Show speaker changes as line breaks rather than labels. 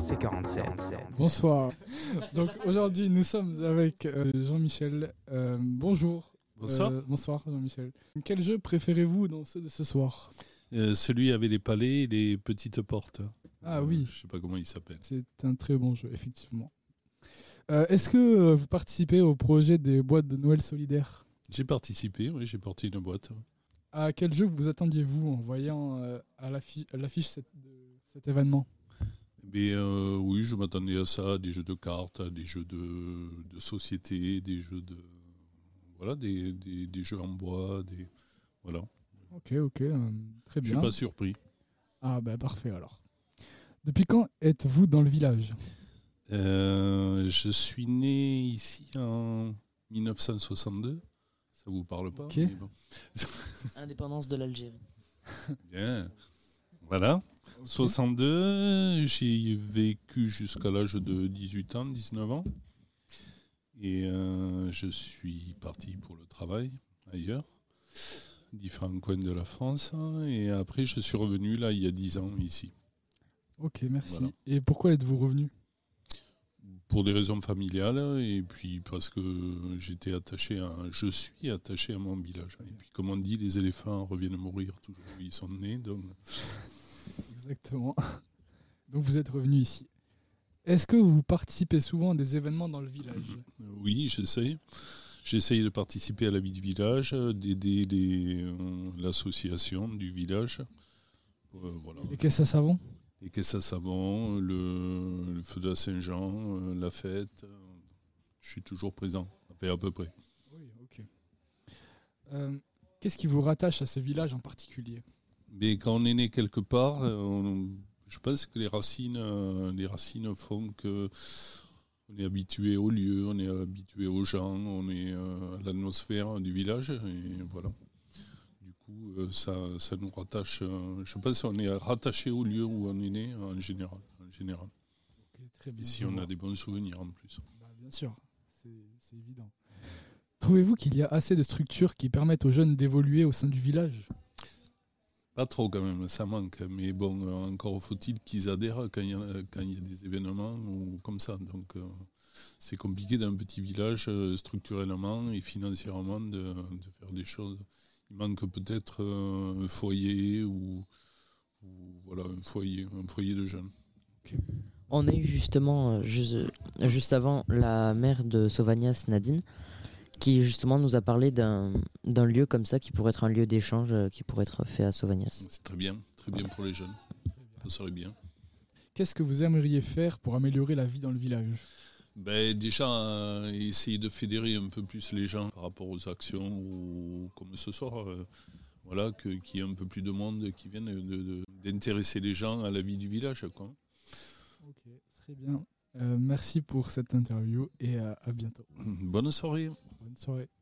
C'est 47.
Bonsoir. Donc aujourd'hui, nous sommes avec euh, Jean-Michel. Euh, bonjour.
Bonsoir.
Euh, bonsoir, Jean-Michel. Quel jeu préférez-vous dans ceux de ce soir
Euh, celui avec les palais et les petites portes.
Ah
Euh,
oui.
Je sais pas comment il s'appelle.
C'est un très bon jeu, effectivement. Euh, Est-ce que euh, vous participez au projet des boîtes de Noël solidaires
J'ai participé, oui, j'ai porté une boîte.
À quel jeu vous attendiez-vous en voyant euh, à l'affi- à l'affiche cette- de cet événement
Mais euh, oui, je m'attendais à ça, à des jeux de cartes, à des jeux de, de société, des jeux de voilà, des, des- des jeux en bois, des voilà.
Ok, ok, euh, très
Je suis
bien.
pas surpris.
Ah bah parfait alors. Depuis quand êtes-vous dans le village
Euh, je suis né ici en 1962. Ça vous parle pas
Ok.
mais bon.
Indépendance de l'Algérie.
Bien. Voilà. 62, j'ai vécu jusqu'à l'âge de 18 ans, 19 ans. Et euh, je suis parti pour le travail ailleurs, différents coins de la France. Et après, je suis revenu là il y a 10 ans ici,
Ok, merci.
Voilà.
Et pourquoi êtes-vous revenu
pour des raisons familiales et puis parce que j'étais attaché à, je suis attaché à mon village. Et puis, comme on dit, les éléphants reviennent mourir toujours où ils sont nés. Donc,
Exactement. Donc vous êtes revenu ici. Est-ce que vous participez souvent à des événements dans le village
Euh, Oui, j'essaye. J'essaye de participer à la vie du village, euh, d'aider les, euh, l'association du village. Euh, voilà.
Les caisses à savon
Les caisses à savon, le, le feu de la Saint-Jean, euh, la fête. euh, Je suis toujours présent, enfin, à peu près.
Oui, ok. Euh, Qu'est-ce qui vous rattache à ce village en particulier
Mais quand on est né quelque part, euh, on- je pense que les racines, euh, les racines font que on est habitué au lieu, on est habitué aux gens, on est euh, à l'atmosphère du village et voilà. Du coup, euh, ça, ça nous rattache. euh, je pense qu'on est rattaché au lieu où on est né en général. En général.
Très bien. Bah,
Et si on a des bons souvenirs en plus.
bien sûr, c'est c'est évident. Trouvez-vous qu'il y a assez de structures qui permettent aux jeunes d'évoluer au sein du village
Pas trop quand même, ça manque. Mais bon, euh, encore faut-il qu'ils adhèrent quand il y, en a- quand il y a des événements ou comme ça. Donc euh, c'est compliqué d'un petit village euh, structurellement et financièrement de, de faire des choses. Il manque peut-être euh, un foyer ou, ou voilà un foyer, un foyer de jeunes.
On a eu justement, euh, ju- euh, juste avant, la mère de Sauvagnas, Nadine, qui justement nous a parlé d'un d'un lieu comme ça qui pourrait être un lieu d'échange euh, qui pourrait être fait à Sauvagnas.
C'est très bien, très bien pour les jeunes. Ça serait bien.
Qu'est-ce que vous aimeriez faire pour améliorer la vie dans le village
Ben, déjà, euh, essayer de fédérer un peu plus les gens par rapport aux actions, ou comme ce soir, euh, voilà, que- qu'il y ait un peu plus de monde qui vienne de- de- d'intéresser les gens à la vie du village. Quoi.
Ok, très bien. Euh, merci pour cette interview et à- à bientôt.
Bonne soirée.
Bonne soirée.